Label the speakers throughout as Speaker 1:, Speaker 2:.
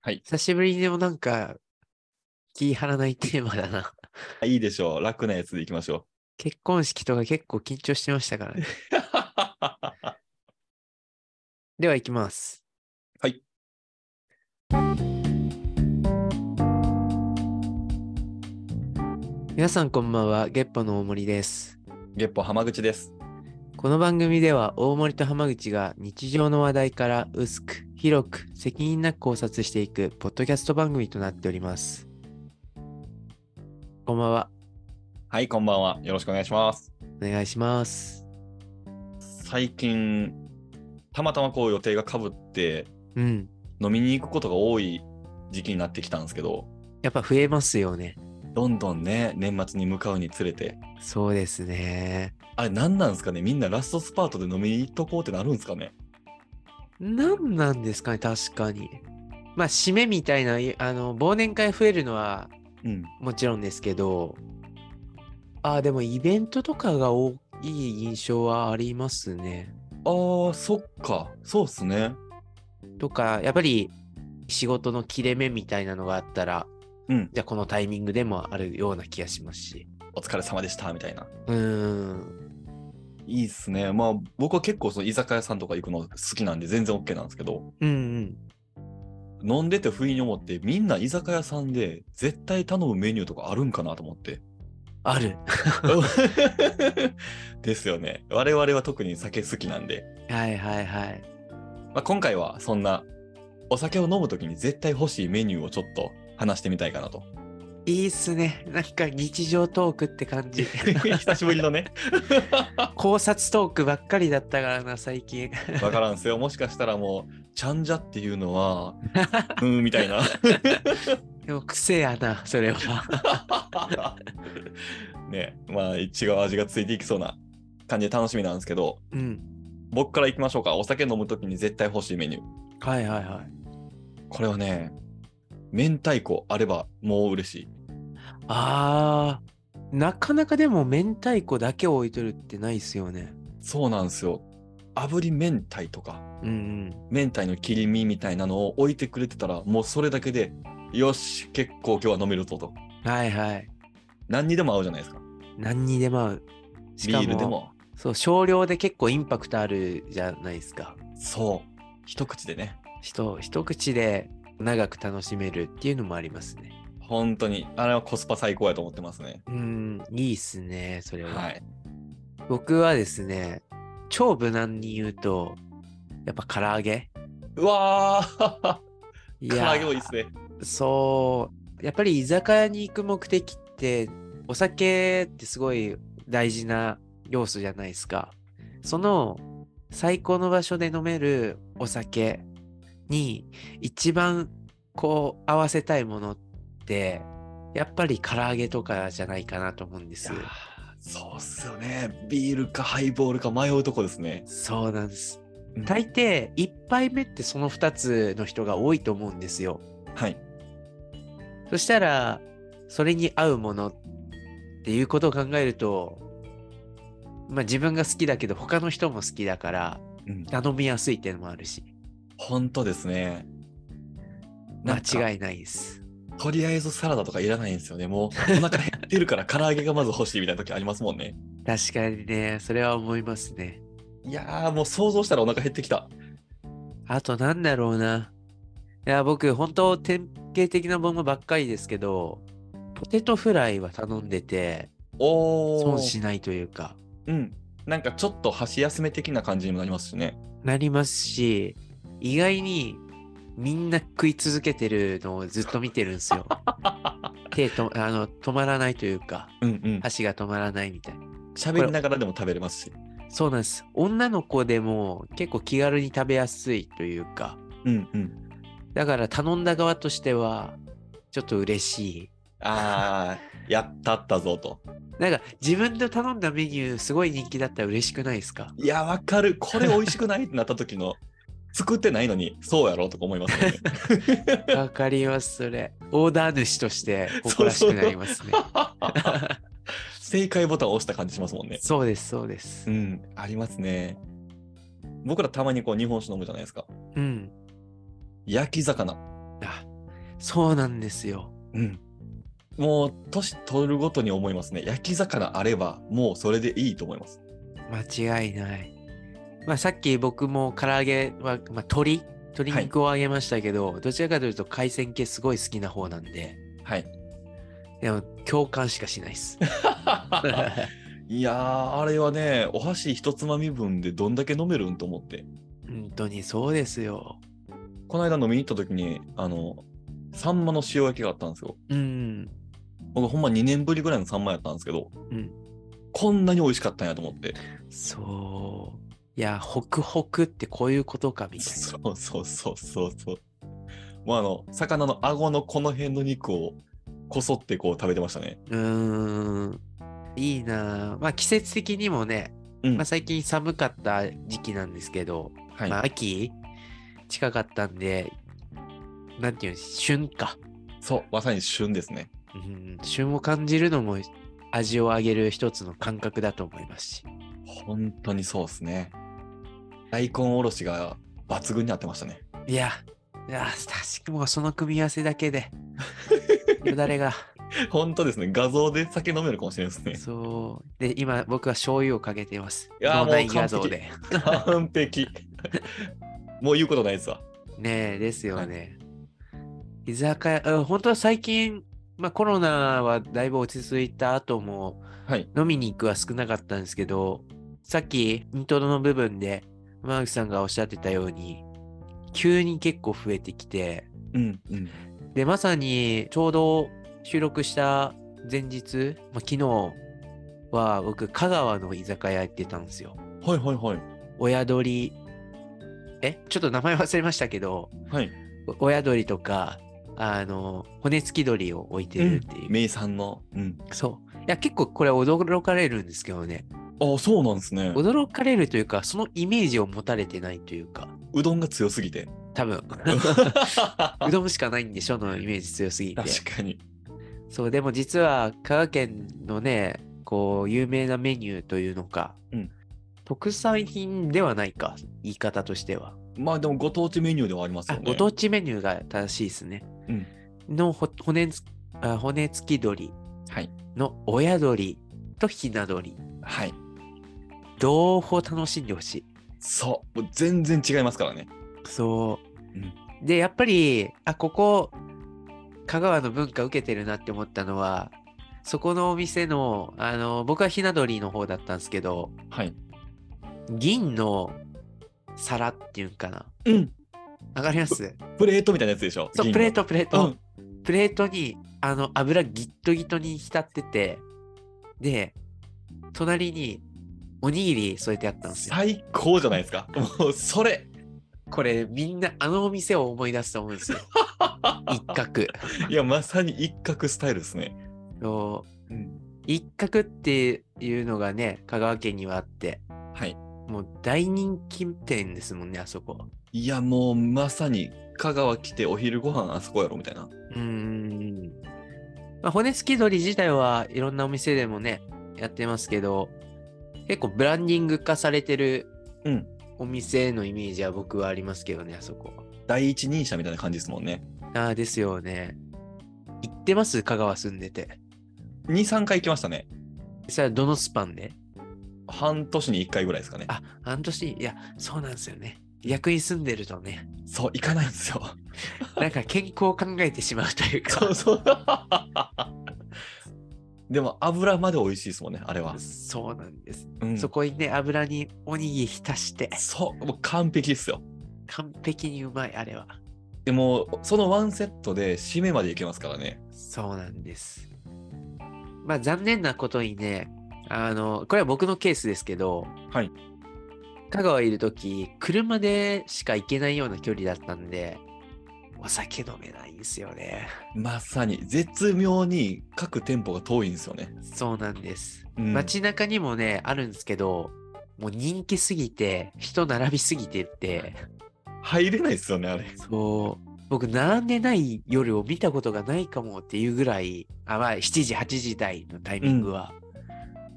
Speaker 1: はい
Speaker 2: 久しぶりにでもなんか、気張らないテーマだな。
Speaker 1: あいいでしょう。楽なやつでいきましょ
Speaker 2: 結婚式とか結構緊張してまし たからね。
Speaker 1: う。
Speaker 2: では行きます。
Speaker 1: はい。
Speaker 2: 皆さんこんばんは、ゲッポの大森です。
Speaker 1: 月歩浜口です。
Speaker 2: この番組では大森と浜口が日常の話題から薄く、広く、責任なく考察していくポッドキャスト番組となっております。こんばんは、
Speaker 1: はい、こんばんは。よろしくお願いします。
Speaker 2: お願いします。
Speaker 1: 最近、たまたまこう予定がかぶって、
Speaker 2: うん。
Speaker 1: 飲みに行くことが多い時期になってきたんですけど、
Speaker 2: やっぱ増えますよね。
Speaker 1: どんどんね、年末に向かうにつれて、
Speaker 2: そうですね。
Speaker 1: あれ何なんですかねみんなラストスパートで飲みに行っとこうってなるんですかね
Speaker 2: なんなんですかね、確かに。まあ、締めみたいな、いあの、忘年会増えるのは
Speaker 1: うん。
Speaker 2: もちろんですけど、ああ、でもイベントとかが多い印象はありますね。
Speaker 1: あー、そっか。そうっすね。
Speaker 2: とか、やっぱり仕事の切れ目みたいなのがあったら、
Speaker 1: うん。
Speaker 2: じゃあこのタイミングでもあるような気がしますし。
Speaker 1: お疲れ様でした、みたいな。
Speaker 2: うーん。
Speaker 1: いいっすね。まあ、僕は結構その居酒屋さんとか行くの好きなんで全然 OK なんですけど、
Speaker 2: うんうん。
Speaker 1: 飲んでて不意に思って、みんな居酒屋さんで絶対頼むメニューとかあるんかなと思 って。
Speaker 2: ある。
Speaker 1: ですよね。我々は特に酒好きなんで、
Speaker 2: はいはいはい。
Speaker 1: まあ、今回はそんなお酒を飲むときに絶対欲しいメニューをちょっと話してみたいかなと。
Speaker 2: いいっすね。なんか日常トークって感 じ。
Speaker 1: 久しぶりのね。
Speaker 2: 考察トークばっかりだったからな、最近。
Speaker 1: わからんすよ。もしかしたらもう、ちゃんじゃっていうの は、うーんみたいな。
Speaker 2: でも癖やな、それは。
Speaker 1: ねまあ違う味がついていきそうな感じで楽しみなんですけど
Speaker 2: うん。
Speaker 1: 僕からいきましょうかお酒飲む時に絶対欲しいメニュー
Speaker 2: はいはいはい。
Speaker 1: これはね明太子あればもう嬉しい
Speaker 2: あー、なかなかでも明太子だけ置いとるってないっすよね。
Speaker 1: そうなんですよ炙り明太とか
Speaker 2: うん
Speaker 1: 明太の切り身みたいなのを置いてくれてたらもうそれだけでよし結構今日は飲めるぞと
Speaker 2: うん。はいはい。
Speaker 1: 何にでも合うじゃないですか
Speaker 2: 何にでも合う。し
Speaker 1: ビ
Speaker 2: か
Speaker 1: ールでも
Speaker 2: そう、少量で結構インパクトあるじゃないですか。
Speaker 1: そう一口でね
Speaker 2: 人、一口で長く楽しめるっていうのもありますね。
Speaker 1: 本当にあれはコスパ最高やと思ってますね
Speaker 2: うん、いいっすね、それは。
Speaker 1: はい
Speaker 2: 僕はですね、超無難に言うと、やっぱ唐揚げ。
Speaker 1: うわー
Speaker 2: い
Speaker 1: 唐
Speaker 2: や
Speaker 1: 揚げもいいっすね。
Speaker 2: そうやっぱり居酒屋に行く目的ってお酒ってすごい大事な要素じゃないですかその最高の場所で飲めるお酒に一番こう合わせたいものってやっぱり唐揚げとかじゃないかなと思うんです
Speaker 1: そうっすよね。ビールかハイボールか迷うとこですね。
Speaker 2: そうなんです大抵1杯目ってその2つの人が多いと思うんですよ
Speaker 1: はい。
Speaker 2: そしたら、それに合うものっていうことを考えると、まあ自分が好きだけど他の人も好きだから
Speaker 1: うん、
Speaker 2: 頼みやすいっていうのもあるし、
Speaker 1: 本当ですね。
Speaker 2: 間
Speaker 1: い。
Speaker 2: 違いないです。
Speaker 1: とりあえずサラダとかいらないんですよね。もうお腹減ってるから唐揚げがまず欲しいみたいな時ありますもん ね。
Speaker 2: 確かにね、それは思いますね。
Speaker 1: いやーもう想像したらお腹減ってきた。
Speaker 2: あとなんだろうな。いや、僕、本当典型的なものばっかりですけど、ポテトフライは頼んでて、
Speaker 1: お
Speaker 2: 損
Speaker 1: ー。
Speaker 2: しないというか、
Speaker 1: うん。なんかちょっと箸休め的な感じにもなりますしね。
Speaker 2: なりますし、意外にみんな食い続けてるのをずっと見てるんですよ。手とあの止まらないというか、
Speaker 1: うんうん。
Speaker 2: 箸が止まらないみたいな。
Speaker 1: 喋りながらでも食べれますし。
Speaker 2: そうなんです。女の子でも結構気軽に食べやすいというか、
Speaker 1: うんうん。
Speaker 2: だから頼んだ側としては、ちょっと嬉しい。
Speaker 1: あ ー、やったったぞと。
Speaker 2: なんか自分で頼んだメニューすごい人気だったら嬉しくないですか
Speaker 1: いや、わかる。これ美味しくないってなった時の、 作ってないのに、そうやろうとか思いますよ ね。
Speaker 2: わかります、それ。オーダー主として誇らしくなりますね。
Speaker 1: 正解ボタンを押した感じしますもんね。
Speaker 2: そうです、そうです
Speaker 1: う。ん、ありますね。僕らたまにこう日本酒飲むじゃないですか。
Speaker 2: うん。
Speaker 1: 焼き魚。
Speaker 2: あそうなんですよ。
Speaker 1: うん。もう年取るごとに思いますね。焼き魚あればもうそれでいいと思います。
Speaker 2: 間違いない。まあ、さっき僕も唐揚げは、まあ、鶏鶏肉を揚げましたけど、どちらかというと海鮮系すごい好きな方なんで、
Speaker 1: はい。
Speaker 2: でも共感しかしな いです。
Speaker 1: いやーあれはねお箸一つまみ分でどんだけ飲めるんと思って
Speaker 2: 本当にそうですよ。
Speaker 1: この間飲みに行った時にあのサンマの塩焼きがあったんですよ
Speaker 2: うん。
Speaker 1: 僕ほんま2年ぶりぐらいのサンマやったんですけど、
Speaker 2: うん
Speaker 1: こんなに美味しかったんやと思って
Speaker 2: そう。いや、ホクホクってこういうことかみたい
Speaker 1: そうそうそうそうそうもうあの魚の顎のこの辺の肉をこそってこう食べてましたね
Speaker 2: な。うーん。いいなぁまあ季節的にもね、
Speaker 1: うん
Speaker 2: まあ、最近寒かった時期なんですけど、
Speaker 1: はい、
Speaker 2: まあ秋近かったんで、なんていうの、旬か。
Speaker 1: そうまさに旬ですね
Speaker 2: うん、旬を感じるのも味を上げる一つの感覚だと思いますし。
Speaker 1: 本当にそうですね大根おろしが抜群に合ってましたね
Speaker 2: いや、いや、確かにもうその組み合わせだけ で、よだれが。
Speaker 1: 本当ですね画像で酒飲めるかもしれないですね
Speaker 2: そう。で、今僕は醤油をかけています。
Speaker 1: いやー
Speaker 2: 脳内
Speaker 1: もう完
Speaker 2: 画
Speaker 1: 璧
Speaker 2: 像で。
Speaker 1: 完璧。もう言うことないですわ。
Speaker 2: ねえ、ですよね。居酒屋、うん本当は最近、まあコロナはだいぶ落ち着いた後も、
Speaker 1: はい。
Speaker 2: 飲みに行くは少なかったんですけど、さっき、イントロの部分で、マークさんがおっしゃってたように、急に結構増えてきて、
Speaker 1: うんうん。
Speaker 2: で、まさに、ちょうど収録した前日、まあ、昨日は僕、香川の居酒屋行ってたんですよ。
Speaker 1: はいはいはい。
Speaker 2: 親鳥えちょっと名前忘れましたけど
Speaker 1: はい。
Speaker 2: お親鳥とかあの骨付き鳥を置いてるっていう、
Speaker 1: メイさんの。うん。
Speaker 2: そういや結構これ驚かれるんですけどね
Speaker 1: ああ、そうなんですね。
Speaker 2: 驚かれるというかそのイメージを持たれてないというか
Speaker 1: うどんが強すぎて。
Speaker 2: 多分う
Speaker 1: 確
Speaker 2: どんしかないんでしょのイメージ強すぎて
Speaker 1: かに。
Speaker 2: そうでも実は香川県のねこう有名なメニューというのか、
Speaker 1: うん
Speaker 2: 特産品ではないか言い方としては
Speaker 1: まあでもご当地メニューではあります
Speaker 2: あ
Speaker 1: よね。
Speaker 2: ご当地メニューが正しいですね。
Speaker 1: うん
Speaker 2: のほ骨つあ骨付き鳥
Speaker 1: はい。
Speaker 2: の親鳥とひな鳥
Speaker 1: はい。
Speaker 2: 両方楽しんでほしい。
Speaker 1: そう。もう全然違いますからね。
Speaker 2: そ
Speaker 1: う
Speaker 2: う。
Speaker 1: ん
Speaker 2: でやっぱりあここ香川の文化受けてるなって思ったのはそこのお店のあの僕はひな鳥の方だったんですけど
Speaker 1: はい。
Speaker 2: 銀の皿っていうんかな。
Speaker 1: うん。
Speaker 2: わかります
Speaker 1: プレートみたいなやつでしょ。
Speaker 2: そう
Speaker 1: 銀の
Speaker 2: プレー。トプレー
Speaker 1: う
Speaker 2: ト。
Speaker 1: ん。
Speaker 2: プレートにあの油ギットギトに浸っててで隣におにぎり添えてあったんですよ
Speaker 1: 最高じゃないですか。もうそれ。
Speaker 2: これみんなあのお店を思い出すと思う んですよ一角
Speaker 1: いや、まさに一角スタイルですね。
Speaker 2: そう
Speaker 1: うん。
Speaker 2: 一角っていうのがね香川県にはあって
Speaker 1: はい。
Speaker 2: もう大人気店ですもんねあそこ
Speaker 1: いや、もうまさに香川来てお昼ご飯あそこやろみたいな。
Speaker 2: うーん、まあ、骨付き鳥自体はいろんなお店でもねやってますけど結構ブランディング化されてる
Speaker 1: うん
Speaker 2: お店のイメージは僕はありますけどねあそこ
Speaker 1: 第一人者みたいな感じですもんね。
Speaker 2: ああですよね行ってます香川住んでて
Speaker 1: 2、3回行きましたね。
Speaker 2: それはどのスパンで
Speaker 1: 半年に1回ぐらいですかね。
Speaker 2: あ半年いやそうなんですよね逆に住んでるとね
Speaker 1: そう、行かないんですよ。
Speaker 2: なんか健康を考えてしまうというか
Speaker 1: そうそう。 でも油まで美味しいですもんね、あれは。
Speaker 2: そうなんです、
Speaker 1: うん、
Speaker 2: そこにね油におにぎり浸して
Speaker 1: そう、もう完璧ですよ。
Speaker 2: 完璧にうまいあれは
Speaker 1: でも、そのワンセットで締めまで行けますからね。
Speaker 2: そうなんです。まあ残念なことにね、あの、これは僕のケースですけど、
Speaker 1: はい
Speaker 2: 香川いるとき、車でしか行けないような距離だったんで、お酒飲めないんですよね。
Speaker 1: まさに、絶妙に各店舗が遠いんですよね。
Speaker 2: そうなんです。
Speaker 1: うん、
Speaker 2: 街中にもね、あるんですけど、もう人気すぎて、人並びすぎてって、
Speaker 1: 入れないですよね、あれ。
Speaker 2: そう、僕、並んでない夜を見たことがないかもっていうぐらい、あ、まあ、7時、8時台のタイミングは、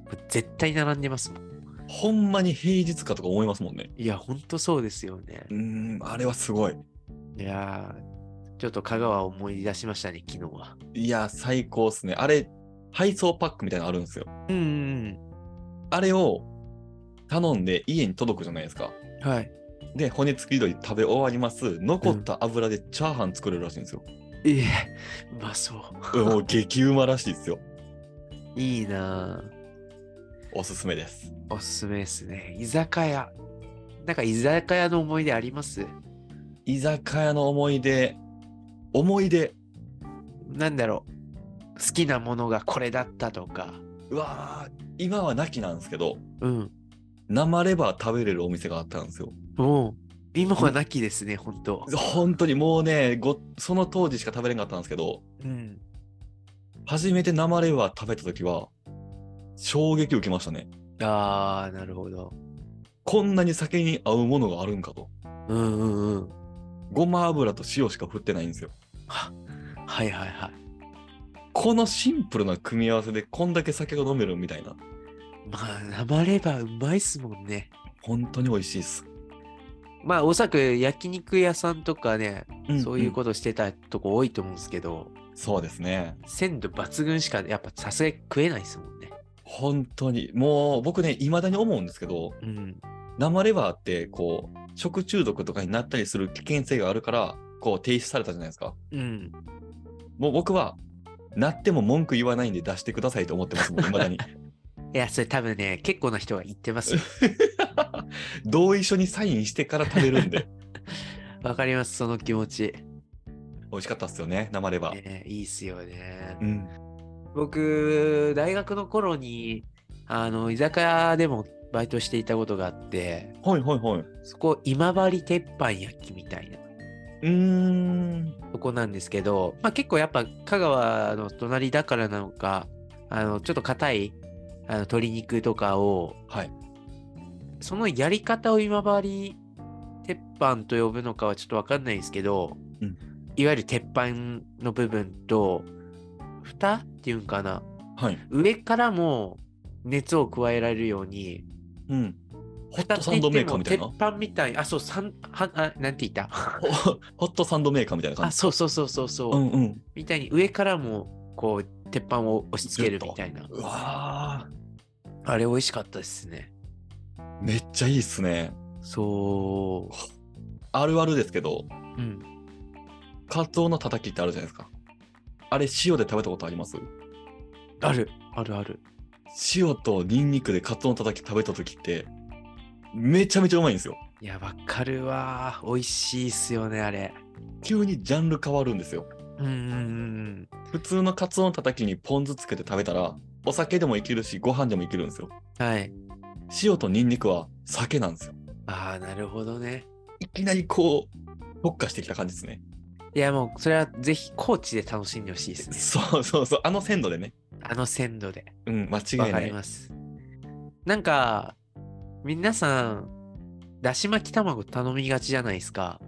Speaker 2: もう絶対並んでますもん。
Speaker 1: ほんまに平日かとか思いますもんね。
Speaker 2: いや、ほんとそうですよね
Speaker 1: う。ん、あれはすごい。
Speaker 2: いやーちょっと香川を思い出しましたね、昨日は。
Speaker 1: いや、最高っすね。あれ、配送パックみたいなのあるんですよ。
Speaker 2: うんうん
Speaker 1: あれを頼んで家に届くじゃないですか。
Speaker 2: うん。はい。
Speaker 1: で、骨付き鶏食べ終わります。残った油でチャーハン作れるらしいんですよ。
Speaker 2: ええ、うまそう。
Speaker 1: もう激うまらしいですよ。
Speaker 2: いいなぁ
Speaker 1: おすすめです。
Speaker 2: おすすめですね。居酒屋。なんか居酒屋の思い出あります
Speaker 1: 居酒屋の思い出、思い出、
Speaker 2: なんだろう。好きなものがこれだったとか。
Speaker 1: うわー今はなきなんですけど、
Speaker 2: うん。
Speaker 1: 生レバー食べれるお店があったんですよ。
Speaker 2: もう、今はなきですね、本当
Speaker 1: 本当にもうね、ごその当時しか食べれなかったんですけど、
Speaker 2: うん。
Speaker 1: 初めて生レバー食べた時は、衝撃を受けましたね。
Speaker 2: ああ、なるほど。
Speaker 1: こんなに酒に合うものがあるんかと。
Speaker 2: うんうんうん。
Speaker 1: ごま油と塩しか振ってないんですよ。
Speaker 2: は、はいはいはい。
Speaker 1: このシンプルな組み合わせでこんだけ酒が飲めるみたいな。
Speaker 2: まあ、生レバーうまいっすもんね。
Speaker 1: 本当に美味しいです。
Speaker 2: まあ、おそらく焼肉屋さんとかね、
Speaker 1: ん
Speaker 2: そういう
Speaker 1: と、
Speaker 2: ことしてたとこ多いと思うんですけど、
Speaker 1: そうですね。
Speaker 2: 鮮度抜群しか、やっぱさすがに食えないですもんね。
Speaker 1: 本当に。もう僕ね、未だに思うんですけど、
Speaker 2: うん。
Speaker 1: 生レバーってこう、食中毒とかになったりする危険性があるから、こう停止されたじゃないですか。
Speaker 2: うん。
Speaker 1: もう僕は、なっても文句言わないんで出してくださいと思ってますもん、未だ に。
Speaker 2: いや、それ多分ね、結構な人が言ってますよ。
Speaker 1: 同意書にサインしてから食べるんで。
Speaker 2: わかります、その気持ち。
Speaker 1: 美味しかったっすよね、生レバー。
Speaker 2: ね、いいっすよね
Speaker 1: う。ん。
Speaker 2: 僕、大学の頃に、あの、居酒屋でもバイトしていたことがあって、
Speaker 1: はいはいはい。
Speaker 2: そこ、今治鉄板焼きみたいな
Speaker 1: うーん。
Speaker 2: とこなんですけど、まあ結構やっぱ香川の隣だからなのか、あの、ちょっと硬い、あの、鶏肉とかを、
Speaker 1: はい。
Speaker 2: そのやり方を今治鉄板と呼ぶのかはちょっとわかんないですけど、
Speaker 1: うん
Speaker 2: いわゆる鉄板の部分と蓋っていうんかな
Speaker 1: はい。
Speaker 2: 上からも熱を加えられるように
Speaker 1: うん。ホッ
Speaker 2: 蓋
Speaker 1: ト
Speaker 2: って
Speaker 1: サン
Speaker 2: 言っ
Speaker 1: ドメ
Speaker 2: て
Speaker 1: ーカー
Speaker 2: も
Speaker 1: みたいな。
Speaker 2: 鉄板みたいあそうさんはあなんて言った
Speaker 1: ホホットサンドメーカーみたいな感
Speaker 2: あ
Speaker 1: じ。
Speaker 2: そうそうそうそうそう、
Speaker 1: うんうん。
Speaker 2: みたいに上からもこう鉄板を押し付けるみたいな
Speaker 1: うわ
Speaker 2: あれ美味しかったですね
Speaker 1: ーめっちゃいいっすね。
Speaker 2: そ
Speaker 1: あるあるですけど、
Speaker 2: ううん
Speaker 1: カツオのたたきってあるじゃないですか。あれ、塩で食べたことあります
Speaker 2: あるあるある
Speaker 1: 塩とニンニクでカツオのたたき食べた時って、めちゃめちゃうまいんですよ。
Speaker 2: いや、わかるわ。美味しいっすよね、あれ。
Speaker 1: 急にジャンル変わるんですよ。
Speaker 2: うんうんうん。
Speaker 1: 普通のカツオのたたきにポン酢つけて食べたら、お酒でもいけるし、ご飯でもいけるんですよ。
Speaker 2: はい。
Speaker 1: 塩とニンニクは酒なんですよ。
Speaker 2: ああ、なるほどね。
Speaker 1: いきなりこう、特化してきた感じですね。
Speaker 2: いや、もう、それはぜひ、高知で楽しんでほしいですね。
Speaker 1: そうそうそう、あの鮮度でね。
Speaker 2: あの鮮度で。
Speaker 1: うん、間違い
Speaker 2: わか
Speaker 1: な
Speaker 2: り
Speaker 1: い。
Speaker 2: ます。なんか、皆さん、だし巻き卵頼みがちじゃないですか。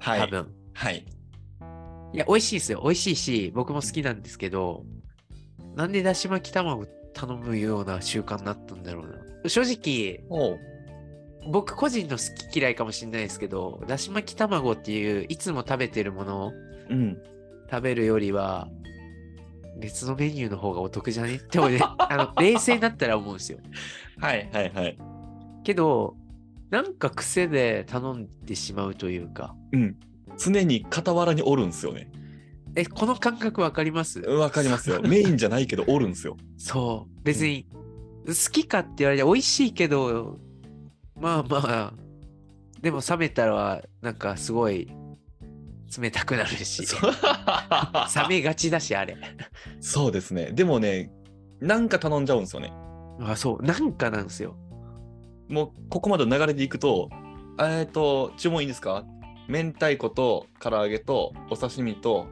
Speaker 1: は
Speaker 2: 多
Speaker 1: い。
Speaker 2: 分。
Speaker 1: はい。
Speaker 2: い、や、美味しいですよ。美味しいし、僕も好きなんですけど、なんでだし巻き卵頼むような習慣になったんだろうな。正直、
Speaker 1: おう
Speaker 2: 僕個人の好き嫌いかもしれないですけどだし巻き卵っていういつも食べてるものを
Speaker 1: うん。
Speaker 2: 食べるよりは別のメニューの方がお得じゃねって 俺あの冷静になったら思うんですよ
Speaker 1: はいはいはい。
Speaker 2: けどなんか癖で頼んでしまうというか
Speaker 1: うん。常に傍らにおるんですよね。
Speaker 2: えこの感覚わかります
Speaker 1: わかります よ。メインじゃないけどおるんですよ。
Speaker 2: そう別に好きかって言われて美味しいけどまあまあでも冷めたらなんかすごい冷たくなるし
Speaker 1: そう
Speaker 2: 冷めがちだしあれ
Speaker 1: そうですね。でもね、なんか頼んじゃうんですよね。
Speaker 2: あそうなんかなんですよ
Speaker 1: もうここまでの流れでいくと、えっと、注文いいですか明太子と唐揚げとお刺身と、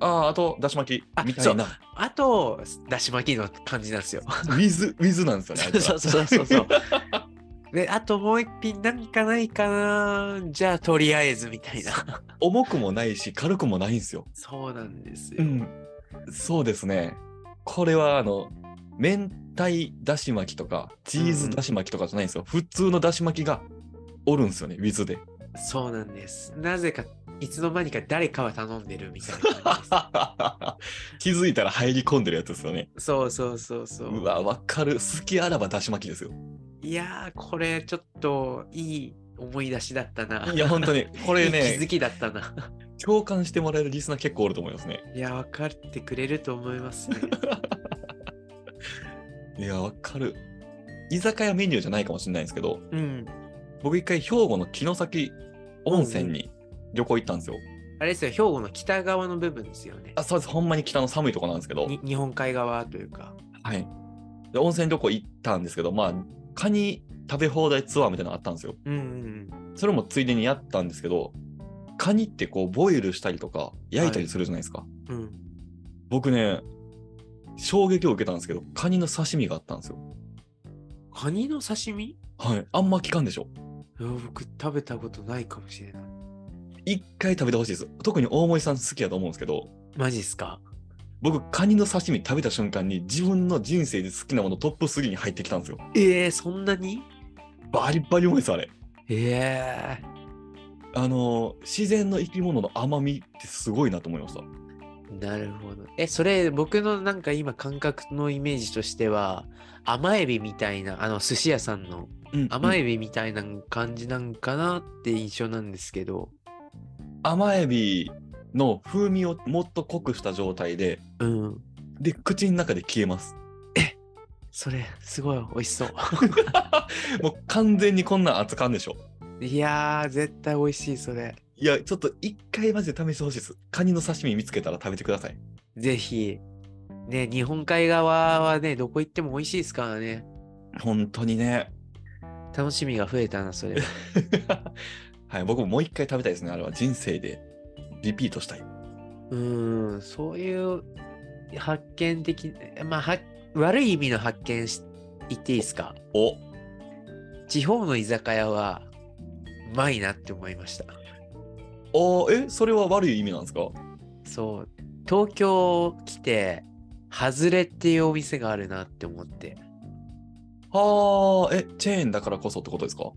Speaker 1: ああ、あとだし巻き
Speaker 2: あ
Speaker 1: みたいな、
Speaker 2: あとだし巻きの感じなんですよ
Speaker 1: ウィズ、ウィズなんですよね。あいつ
Speaker 2: そう
Speaker 1: ら
Speaker 2: そうそうそうそうであともう一品なんかないかなじゃあとりあえずみたいな
Speaker 1: 重くもないし、軽くもないんですよ。
Speaker 2: そうなんですよ、
Speaker 1: うん、そうですね。これはあの明太だし巻きとかチーズだし巻きとかじゃないんですよ。普通のだし巻きがおるんですよね、水で。
Speaker 2: そうなんですなぜかいつの間にか誰かは頼んでるみたいな感じで
Speaker 1: 気づいたら入り込んでるやつですよね。
Speaker 2: す。そうそうそうそうう。
Speaker 1: わ、わかる。好きあらばだし巻きですよ。
Speaker 2: いやー、これちょっといい思い出しだったな。
Speaker 1: いや、本当に。これ
Speaker 2: いい気づ
Speaker 1: ね、
Speaker 2: きだったな。
Speaker 1: 共感してもらえるリスナー結構おると思いますね。
Speaker 2: いや、分かってくれると思いま すね。
Speaker 1: いや、わかる。居酒屋メニューじゃないかもしれないんですけど、
Speaker 2: うん。
Speaker 1: 僕一回兵庫の城崎温泉に旅行行ったんですよ。
Speaker 2: あれですよ、兵庫の北側の部分ですよね。
Speaker 1: あ、そうです。ほんまに北の寒いとこなんですけど。
Speaker 2: に日本海側というか。
Speaker 1: はい。で、温泉旅行行ったんですけど、まあ、カニ食べ放題ツアーみたいなのあったんですよ。
Speaker 2: うんうん
Speaker 1: それもついでにやったんですけど、カニってこう、ボイルしたりとか、焼いたりするじゃないですか。
Speaker 2: うん。うん。
Speaker 1: 僕ね、衝撃を受けたんですけど、カニの刺身があったんですよ。
Speaker 2: カニの刺身
Speaker 1: はい。あんま聞かんでしょ。
Speaker 2: いや僕食べたことないかもしれない。
Speaker 1: 一回食べてほしいです。特に大森さん好きやと思うんですけど、
Speaker 2: マジっすか
Speaker 1: 僕、カニの刺身食べた瞬間に、自分の人生で好きなものトップ3に入ってきたんですよ。
Speaker 2: えー、そんなに
Speaker 1: バリバリ重いです、あれ。
Speaker 2: ええ
Speaker 1: あの、自然の生き物の甘みってすごいなと思いました。
Speaker 2: なるほど。え、それ僕のなんか今感覚のイメージとしては甘エビみたいなあの寿司屋さんの
Speaker 1: うん
Speaker 2: 甘エビみたいな感じなんかなって印象なんですけど。
Speaker 1: 甘エビの風味をもっと濃くした状態で
Speaker 2: うん。
Speaker 1: で口の中で消えます
Speaker 2: それすごい美味しそう。
Speaker 1: もう完全にこんなん扱んでしょ
Speaker 2: いやー絶対美味しいそれ。
Speaker 1: いやちょっと一回マジで試してほしいですカニの刺身見つけたら食べてください
Speaker 2: ぜひ。ね、日本海側はね、どこ行っても美味しいですからね。
Speaker 1: 本当にね
Speaker 2: 楽しみが増えたな、それは。
Speaker 1: はい僕ももう一回食べたいですねあれは人生でリピートしたい
Speaker 2: うん、そういう発見的、まあ、は悪い意味の発見し言っていいですか
Speaker 1: お
Speaker 2: 地方の居酒屋は、うまいなって思いました。
Speaker 1: おえそれは悪い意味なんですか
Speaker 2: そう、東京来て、ハズレっていうお店があるなって思って。
Speaker 1: はあえチェーンだからこそってことですか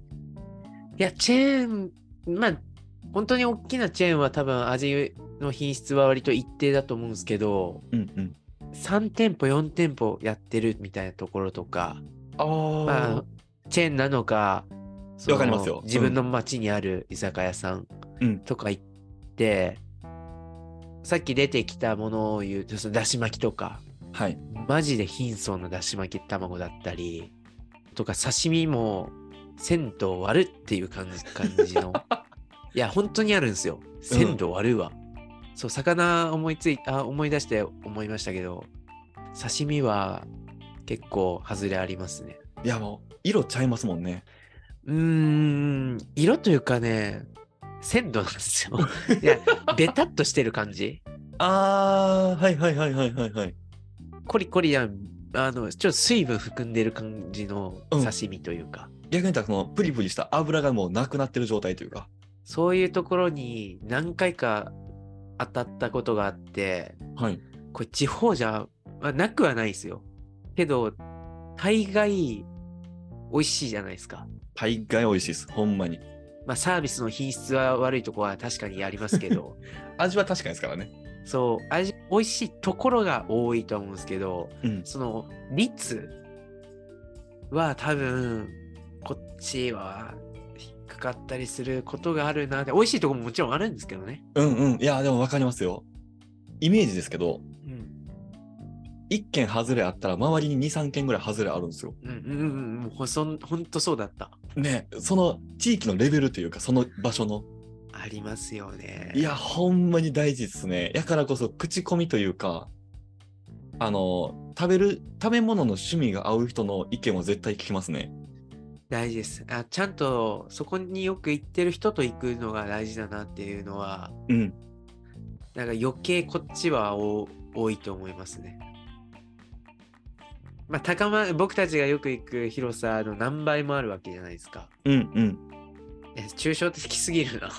Speaker 2: いや、チェーン、まあ、本当に大きなチェーンは多分味の品質は割と一定だと思うんですけど、
Speaker 1: うんうん
Speaker 2: 3店舗、4店舗やってるみたいなところとか、
Speaker 1: あー、
Speaker 2: まあ、チェーンなのか、その
Speaker 1: わかりますようん
Speaker 2: 自分の町にある居酒屋さん
Speaker 1: うん
Speaker 2: とか行って、さっき出てきたものを言うと、そのだし巻きとか、
Speaker 1: はい
Speaker 2: マジで貧相なだし巻き卵だったり、とか刺身も鮮度割るっていう感じ感 じの。いや、本当にあるんですよ。鮮度割るわ。そう、魚思いついあ、思い出して思いましたけど、刺身は結構外れありますね。
Speaker 1: いやもう色ちゃいますもんね
Speaker 2: うーん、色というかね、鮮度なんですよ。いや、ベタっとしてる感じ。
Speaker 1: あーはいはいはいはいはいはい
Speaker 2: コリコリやん、あの、ちょっと水分含んでる感じの
Speaker 1: うん
Speaker 2: 刺身というか、
Speaker 1: 逆に言ったらそのプリプリした油がもうなくなってる状態というか
Speaker 2: そういうところに何回か当たったことがあって、
Speaker 1: はい
Speaker 2: これ地方じゃ、まあなくはないですよ。けど、大概美味しいじゃないですか。
Speaker 1: 大概美味しいですほんまに
Speaker 2: まあサービスの品質は悪いとこは確かにありますけ ど、
Speaker 1: 味は確かにですからね
Speaker 2: そう、味、美味しいところが多いと思うんですけど、
Speaker 1: うん
Speaker 2: その率は多分こっちは低かったりすることがあるなって美味しいところももちろんあるんですけどね。
Speaker 1: うんうんいやでも分かりますよイメージですけど
Speaker 2: うん
Speaker 1: 1軒外れあったら周りに23軒ぐらい外れあるんですよ
Speaker 2: うんうんうんもうほそんほんとそうだった。
Speaker 1: ねその地域のレベルというかその場所の
Speaker 2: ありますよね。
Speaker 1: いやほんまに大事ですねやからこそ口コミというかあの食べる食べ物の趣味が合う人の意見は絶対聞きますね
Speaker 2: 大事ですあ。ちゃんとそこによく行ってる人と行くのが大事だなっていうのは
Speaker 1: うん
Speaker 2: なんか余計こっちはお多いと思いますね。まあ、高ま僕たちがよく行く広さの何倍もあるわけじゃないですか。
Speaker 1: うんうん
Speaker 2: え抽象的すぎる な。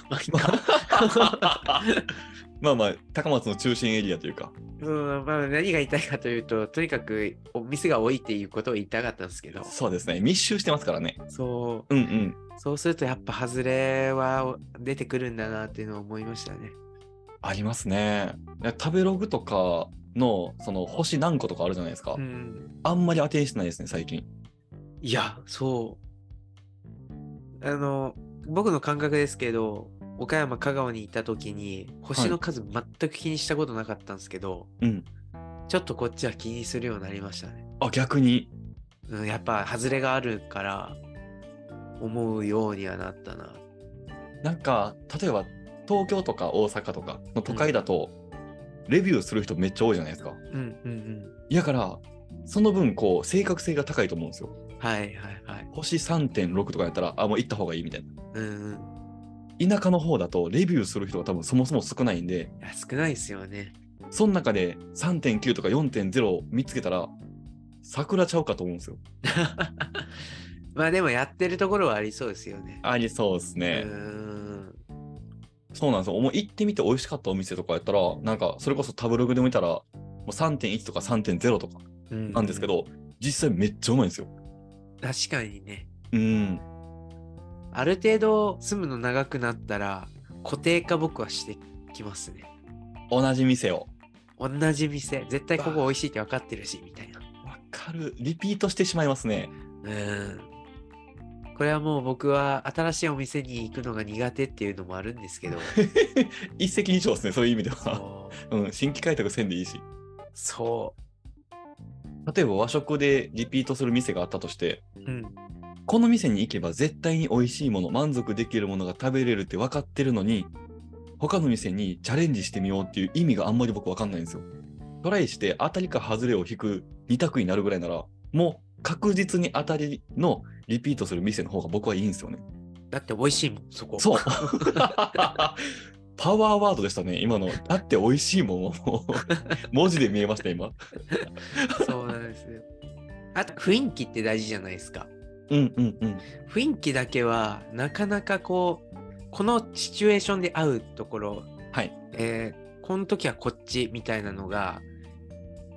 Speaker 1: まあまあ、高松の中心エリアというか。
Speaker 2: うんまあ、何が言いたいかというと、とにかくお店が多いっていうことを言いたかったんですけど、
Speaker 1: そうですね。密集してますからね。
Speaker 2: そ
Speaker 1: うんうん。
Speaker 2: う、そうするとやっぱ外れは出てくるんだなっていうのを思いましたね。
Speaker 1: ありますね。食べログとかの、その、星何個とかあるじゃないですか。
Speaker 2: うん、
Speaker 1: あんまり当てにしてないですね、最近。
Speaker 2: いや、そう。あの、僕の感覚ですけど、岡山、香川に行った時に、星の数全く気にしたことなかったんですけど、
Speaker 1: うん。
Speaker 2: ちょっとこっちは気にするようになりましたね。
Speaker 1: あ、逆に。
Speaker 2: うん、やっぱ外れがあるから思うようにはなったな。
Speaker 1: なんか、例えば、東京とか大阪とかの都会だと、レビューする人めっちゃ多いじゃないですか。
Speaker 2: うんうん
Speaker 1: だから、その分、こう、正確性が高いと思うんですよ。
Speaker 2: うん。はいはいはい。
Speaker 1: 星3.6とかやったら、あ、もう行った方がいいみたいな。
Speaker 2: うんうん。
Speaker 1: 田舎の方だと、レビューする人が多分そもそも少ないんで、
Speaker 2: いや少ないですよね。
Speaker 1: その中で3.9とか4.0を見つけたら、桜ちゃうかと思うんですよ。
Speaker 2: まあでもやってるところはありそうですよね。
Speaker 1: ありそうです
Speaker 2: う
Speaker 1: ね。
Speaker 2: ん。
Speaker 1: そうなんですよ。もう行ってみて美味しかったお店とかやったら、なんかそれこそタブログで見たら、もう3.1とか3.0とか
Speaker 2: うん、
Speaker 1: なんですけ。ど、実際めっちゃうまいんですよ。
Speaker 2: 確かにね。
Speaker 1: うん。
Speaker 2: ある程度住むの長くなったら固定化僕はしてきますね。
Speaker 1: 同じ店を。
Speaker 2: 同じ店絶対ここ美味しいって分かってるしみたいな。
Speaker 1: わかる。リピートしてしまいますね。
Speaker 2: うん。これはもう僕は新しいお店に行くのが苦手っていうのもあるんですけ ど。
Speaker 1: 一石二鳥ですね、そういう意味では。
Speaker 2: そう
Speaker 1: うん、新規開拓せんでいいし。
Speaker 2: そ
Speaker 1: 例えば和食でリピートする店があったとして、
Speaker 2: う。うん。
Speaker 1: この店に行けば絶対に美味しいもの満足できるものが食べれるって分かってるのに他の店にチャレンジしてみようっていう意味があんまり僕分かんないんですよ。トライして当たりか外れを引く2択になるぐらいならもう確実に当たりのリピートする店の方が僕はいいんですよね。
Speaker 2: だって美味しいもん、そこ。
Speaker 1: そう パワーワードでしたね今の。だって美味しいもんもう文字で見えました今。
Speaker 2: そうなんですよ。あと、雰囲気って大事じゃないですか。
Speaker 1: うんうんうん。
Speaker 2: 雰囲気だけは、なかなかこう、このシチュエーションで会うところ、
Speaker 1: はい。
Speaker 2: えーこの時はこっちみたいなのが、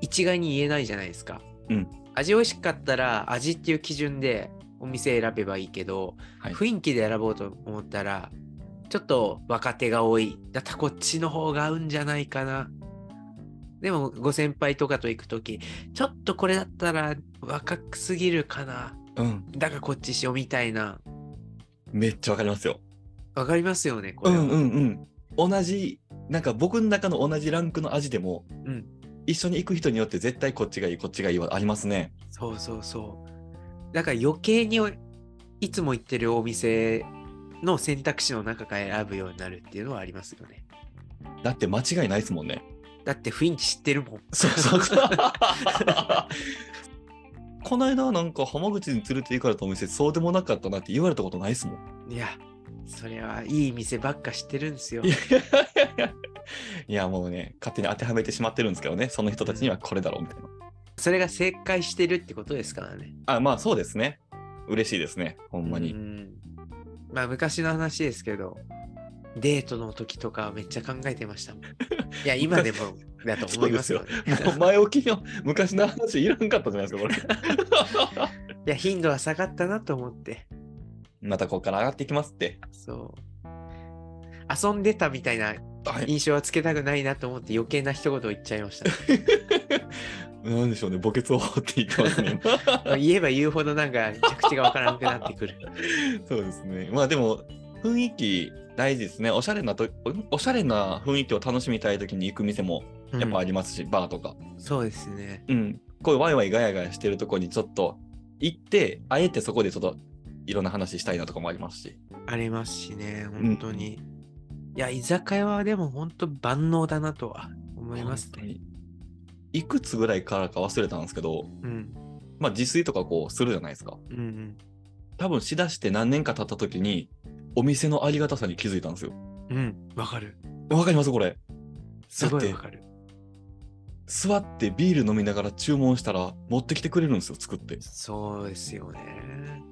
Speaker 2: 一概に言えないじゃないですか。
Speaker 1: うん
Speaker 2: 味美味しかったら、味っていう基準でお店選べばいいけど、
Speaker 1: はい
Speaker 2: 雰囲気で選ぼうと思ったら、ちょっと若手が多い。だったらこっちの方が合うんじゃないかな。でも、ご先輩とかと行くとき、ちょっとこれだったら若くすぎるかな。
Speaker 1: うん。
Speaker 2: だからこっちしようみたいな。
Speaker 1: めっちゃ分かりますよ。
Speaker 2: わかりますよね、こ
Speaker 1: う
Speaker 2: れは。
Speaker 1: んうんうん。同じ、なんか僕の中の同じランクの味でも、
Speaker 2: うん
Speaker 1: 一緒に行く人によって絶対こっちがいい、こっちがいいはありますね。
Speaker 2: そうそうそう。だから余計にいつも行ってるお店の選択肢の中から選ぶようになるっていうのはありますよね。
Speaker 1: だって間違いないですもんね。
Speaker 2: だって雰囲気知ってるもん。
Speaker 1: そうそうそう。 この間なんか浜口に連れて行かれたお店そうでもなかったなって言われたことないですもん。
Speaker 2: いや、それはいい店ばっか知ってるんですよ
Speaker 1: い。やいやいやいやもうね勝手に当てはめてしまってるんですけどねその人たちにはこれだろうみたいな。
Speaker 2: それが正解してるってことですからね。
Speaker 1: あまあそうですね。嬉しいですねほんまに。
Speaker 2: うんまあ昔の話ですけど、デートの時とかめっちゃ考えてましたもん。いや、今でもだと思いますよ、 ね。
Speaker 1: もう前置きの昔の話いらんかったじゃないですかこれ。
Speaker 2: いや、頻度は下がったなと思って。
Speaker 1: またここから上がっていきますって。
Speaker 2: そう。遊んでたみたいな印象はつけたくないなと思って余計な一言を言っちゃいましたね、
Speaker 1: なんでしょうね、墓穴を掘っていってます ね。
Speaker 2: ま あ言えば言うほどなんか着地がわからなくなってくる。
Speaker 1: そうですね。まあでも、雰囲気大事ですね。おしゃれなと、おしゃれな雰囲気を楽しみたいときに行く店もやっぱありますし、バーとか。
Speaker 2: うんそうですね。
Speaker 1: うん。こういうワイワイガヤガヤしてるとこにちょっと行って、あえてそこでちょっといろんな話したいなとかもありますし。
Speaker 2: ありますしね、本当に。いや、居酒屋はでも本当万能だなとは思います
Speaker 1: 本当
Speaker 2: ね。
Speaker 1: にいくつぐらいからか忘れたんですけど、
Speaker 2: うん。
Speaker 1: まあ自炊とかこうするじゃないですか。
Speaker 2: うんうん。
Speaker 1: 多分しだして何年か経ったときに、お店のありがたさに気づいたんですよ。
Speaker 2: うん、わかる。
Speaker 1: わかりますこれ。
Speaker 2: すご
Speaker 1: だっ
Speaker 2: い
Speaker 1: て
Speaker 2: わかる。
Speaker 1: 座ってビール飲みながら注文したら持ってきてくれるんですよ作って
Speaker 2: そうですよね。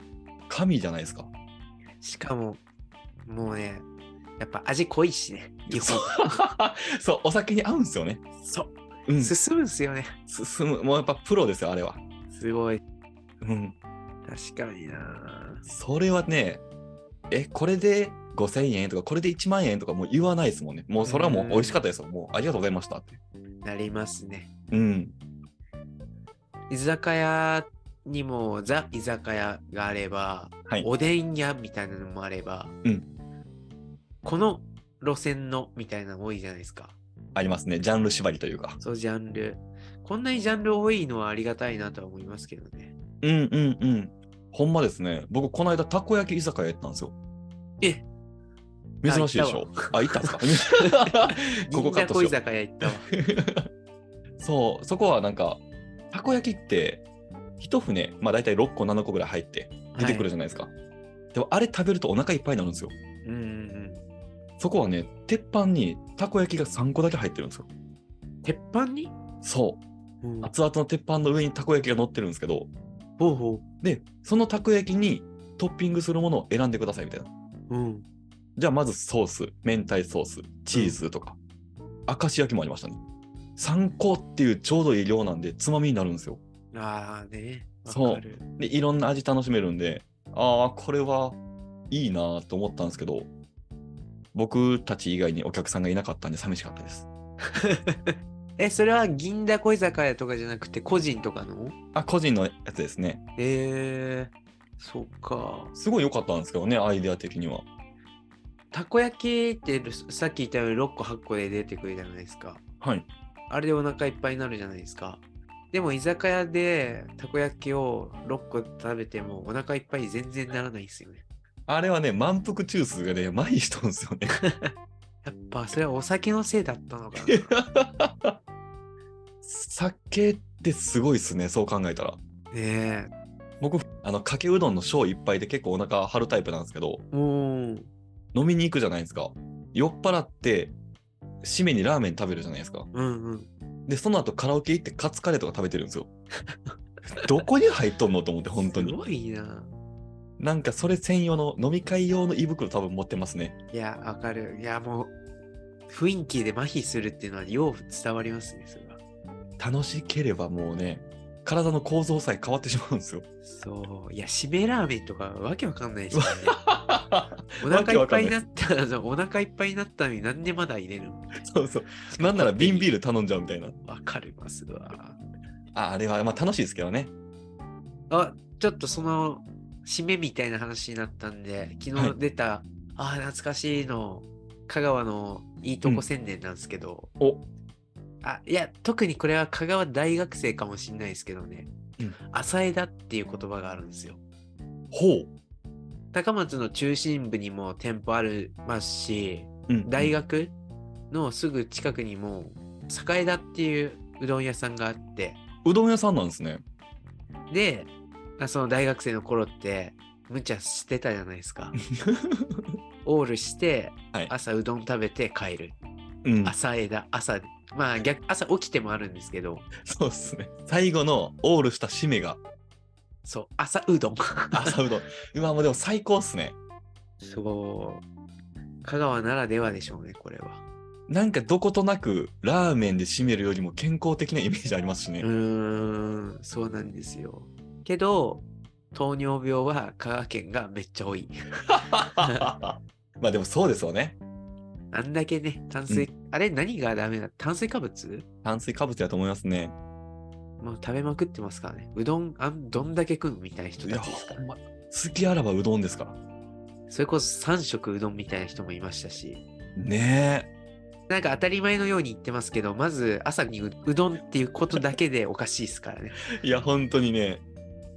Speaker 1: 神じゃないですか
Speaker 2: しかも、もうね、やっぱ味濃いしね、基
Speaker 1: そ
Speaker 2: 本
Speaker 1: う。そう、お酒に合うんですよね。
Speaker 2: そうう。
Speaker 1: ん、
Speaker 2: 進むんすよね。
Speaker 1: 進む。もうやっぱプロですよ、あれは。
Speaker 2: すごい。
Speaker 1: うん。
Speaker 2: 確かにな
Speaker 1: それはね、え、これで5000円とか、これで1万円とかもう言わないですもんね。もうそれはもう美味しかったですよ。もうありがとうございましたって。
Speaker 2: なりますね。
Speaker 1: うん。
Speaker 2: 居酒屋にもザ居酒屋があれば、
Speaker 1: はい
Speaker 2: おでん屋みたいなのもあれば、
Speaker 1: うん
Speaker 2: この路線のみたいなの多いじゃないですか。
Speaker 1: ありますね。ジャンル縛りというか。
Speaker 2: そう、ジャンル。こんなにジャンル多いのはありがたいなとは思いますけどね。
Speaker 1: うんうんうん。ほんまですね。僕、この間、たこ焼き居酒屋やったんですよ。
Speaker 2: え
Speaker 1: 珍しいでしょ。あ、行った んですかここカットしよ
Speaker 2: 銀座小居酒屋行った わ。
Speaker 1: う。そう、そこはなんか、たこ焼きって、一船、まあ大体6個、7個ぐらい入って出てくるじゃないですか。でも、あれ食べるとお腹いっぱいになるんですよ。
Speaker 2: はいうんうん
Speaker 1: そこはね、鉄板にたこ焼きが3個だけ入ってるんですよ。
Speaker 2: うん。鉄板に、
Speaker 1: そう。
Speaker 2: うん
Speaker 1: 熱々の鉄板の上にたこ焼きが乗ってるんですけど、
Speaker 2: ほうほ
Speaker 1: で、そのたこ焼きにトッピングするものを選んでくださいみたいな。
Speaker 2: う。うん。
Speaker 1: じゃあまずソース、明太ソース、チーズとか、明石焼きもありましたね。参考っていうちょうどいい量なんで、つまみになるんですよ。
Speaker 2: ああね。わ
Speaker 1: そう
Speaker 2: かる。
Speaker 1: で、いろんな味楽しめるんで、ああ、これはいいなーと思ったんですけど、僕たち以外にお客さんがいなかったんで寂しかったです。
Speaker 2: え、それは銀座小居酒屋とかじゃなくて個人とかの
Speaker 1: あ、個人のやつですね。
Speaker 2: えー、そっか。
Speaker 1: すごい良かったんですけどね、アイデア的には。
Speaker 2: たこ焼きってさっき言ったように6個8個で出てくるじゃないですか。
Speaker 1: はい。
Speaker 2: あれでお腹いっぱいになるじゃないですか。でも居酒屋でたこ焼きを6個食べてもお腹いっぱいに全然ならないんですよね。
Speaker 1: あれはね、満腹中枢がね、麻痺したんですよね。
Speaker 2: やっぱそれはお酒のせいだったのか
Speaker 1: 酒ってすごいっすね、そう考えたら。
Speaker 2: な。ね
Speaker 1: 僕あのかけうどんの小一杯で結構お腹張るタイプなんですけど
Speaker 2: え。もう、
Speaker 1: 飲みに行くじゃないですか酔っ払って締めにラーメン食べるじゃないですか
Speaker 2: うんうん。
Speaker 1: でその後カラオケ行ってカツカレーとか食べてるんです よどこに入っとんのと思って本当
Speaker 2: す
Speaker 1: に
Speaker 2: ごいな。
Speaker 1: なんかそれ専用の飲み会用の胃袋多分持ってますね
Speaker 2: いや、わかる。いや、もう、雰囲気で麻痺するっていうのはよう伝わりますね、それは。
Speaker 1: 楽しければもうね体の構造さえ変わってしまうん ですよ
Speaker 2: そう。いや、締めラーメンとかわけわかんないですよね。お
Speaker 1: わ
Speaker 2: 腹
Speaker 1: け
Speaker 2: いっ
Speaker 1: わか
Speaker 2: ぱい
Speaker 1: ん
Speaker 2: に
Speaker 1: な
Speaker 2: ないった ら、お腹いっぱいになったのになんでまだ入れるの
Speaker 1: そうそうなんなら瓶ビール頼んじゃうみたいな
Speaker 2: わかりますわ。
Speaker 1: ああれはまあ楽しいですけどね
Speaker 2: あ、ちょっとその、締めみたいな話になったんで、昨
Speaker 1: は
Speaker 2: 日
Speaker 1: い
Speaker 2: 出た、あー懐かしいの、香川のいいとこ宣伝なんですけど、
Speaker 1: お
Speaker 2: あ、いや、特にこれは香川大学生かもしんないですけどね
Speaker 1: うん、
Speaker 2: 浅枝っていう言葉があるんですよ。
Speaker 1: ほう
Speaker 2: 高松の中心部にも店舗ありますし、
Speaker 1: うん
Speaker 2: 大学のすぐ近くにも、栄田っていううどん屋さんがあって、
Speaker 1: うどん屋さんなんですね
Speaker 2: で、あその大学生の頃って、無茶してたじゃないで すか。オールして
Speaker 1: はい、
Speaker 2: 朝うどん食べて帰る。
Speaker 1: うん
Speaker 2: 朝枝、朝、まあ逆、朝起きてもあるんですけど、
Speaker 1: そうっすね。最後のオールした締めが
Speaker 2: そう、朝うど ん。
Speaker 1: 朝うどん。うわ、もうでも最高っすね。
Speaker 2: そう。香川ならではでしょうね、これは。
Speaker 1: なんかどことなくラーメンで締めるよりも健康的なイメージありますしね。
Speaker 2: うーん、そうなんですよ。けど、糖尿病は香川県がめっちゃ多い。
Speaker 1: まあでもそうですよね。
Speaker 2: あんだけね、炭水、あれ何がダメな炭水化物
Speaker 1: 炭水化物だと思いますね。
Speaker 2: もう食べまくってますからね。うどん、あんどんだけ食うみたいな人
Speaker 1: い
Speaker 2: た
Speaker 1: や、
Speaker 2: ちですか
Speaker 1: ほ
Speaker 2: ら
Speaker 1: ん。ま、好きあらばうどんですから。
Speaker 2: それこそ3食うどんみたいな人もいましたし、
Speaker 1: ねえ。
Speaker 2: なんか当たり前のように言ってますけど、まず朝にううどんっていうことだけでおかしいですからね。
Speaker 1: いや、本当にね。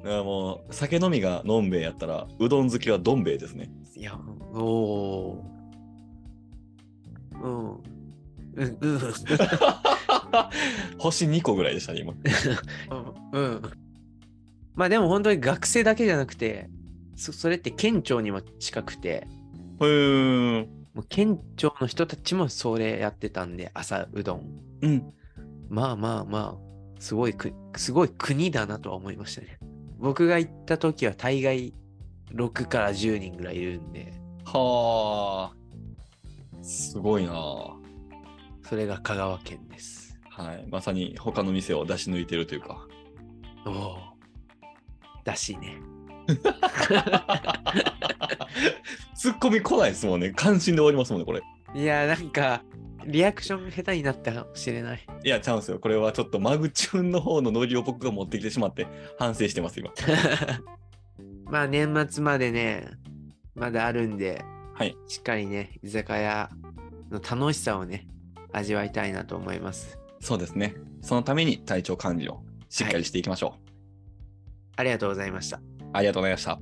Speaker 1: あもう酒飲みがのんべえやったらうどん好きはどんべえですね。
Speaker 2: いや、おー。うん。うん、うん、
Speaker 1: 星2個ぐらいでしたね今。
Speaker 2: うん。 うんまあでも本当に学生だけじゃなくて、そそれって県庁にも近くて、
Speaker 1: うーん。
Speaker 2: もう県庁の人たちもそれやってたんで、朝うどん。
Speaker 1: うん。
Speaker 2: まあまあまあ、すごいく、すごい国だなとは思いましたね。僕が行った時は大概6から10人ぐらいいるんで、
Speaker 1: はあ。すごいなあ
Speaker 2: それが香川県です。
Speaker 1: はい。まさに他の店を出し抜いてるというか。
Speaker 2: おお。だしね。
Speaker 1: ツッコミ来ないですもんね。関心で終わりますもんね、これ。
Speaker 2: いや、なんか、リアクション下手になったかもしれない。
Speaker 1: いや、ちゃうんですよ。これはちょっとマグチューンの方のノリを僕が持ってきてしまって反省してます、今。
Speaker 2: まあ、年末までね、まだあるんで、
Speaker 1: はい
Speaker 2: しっかりね、居酒屋の楽しさをね、味わいたいなと思います。
Speaker 1: そうですね。そのために体調管理をしっかりしていきましょ
Speaker 2: ありがとうございました。
Speaker 1: う。ありがとうございました。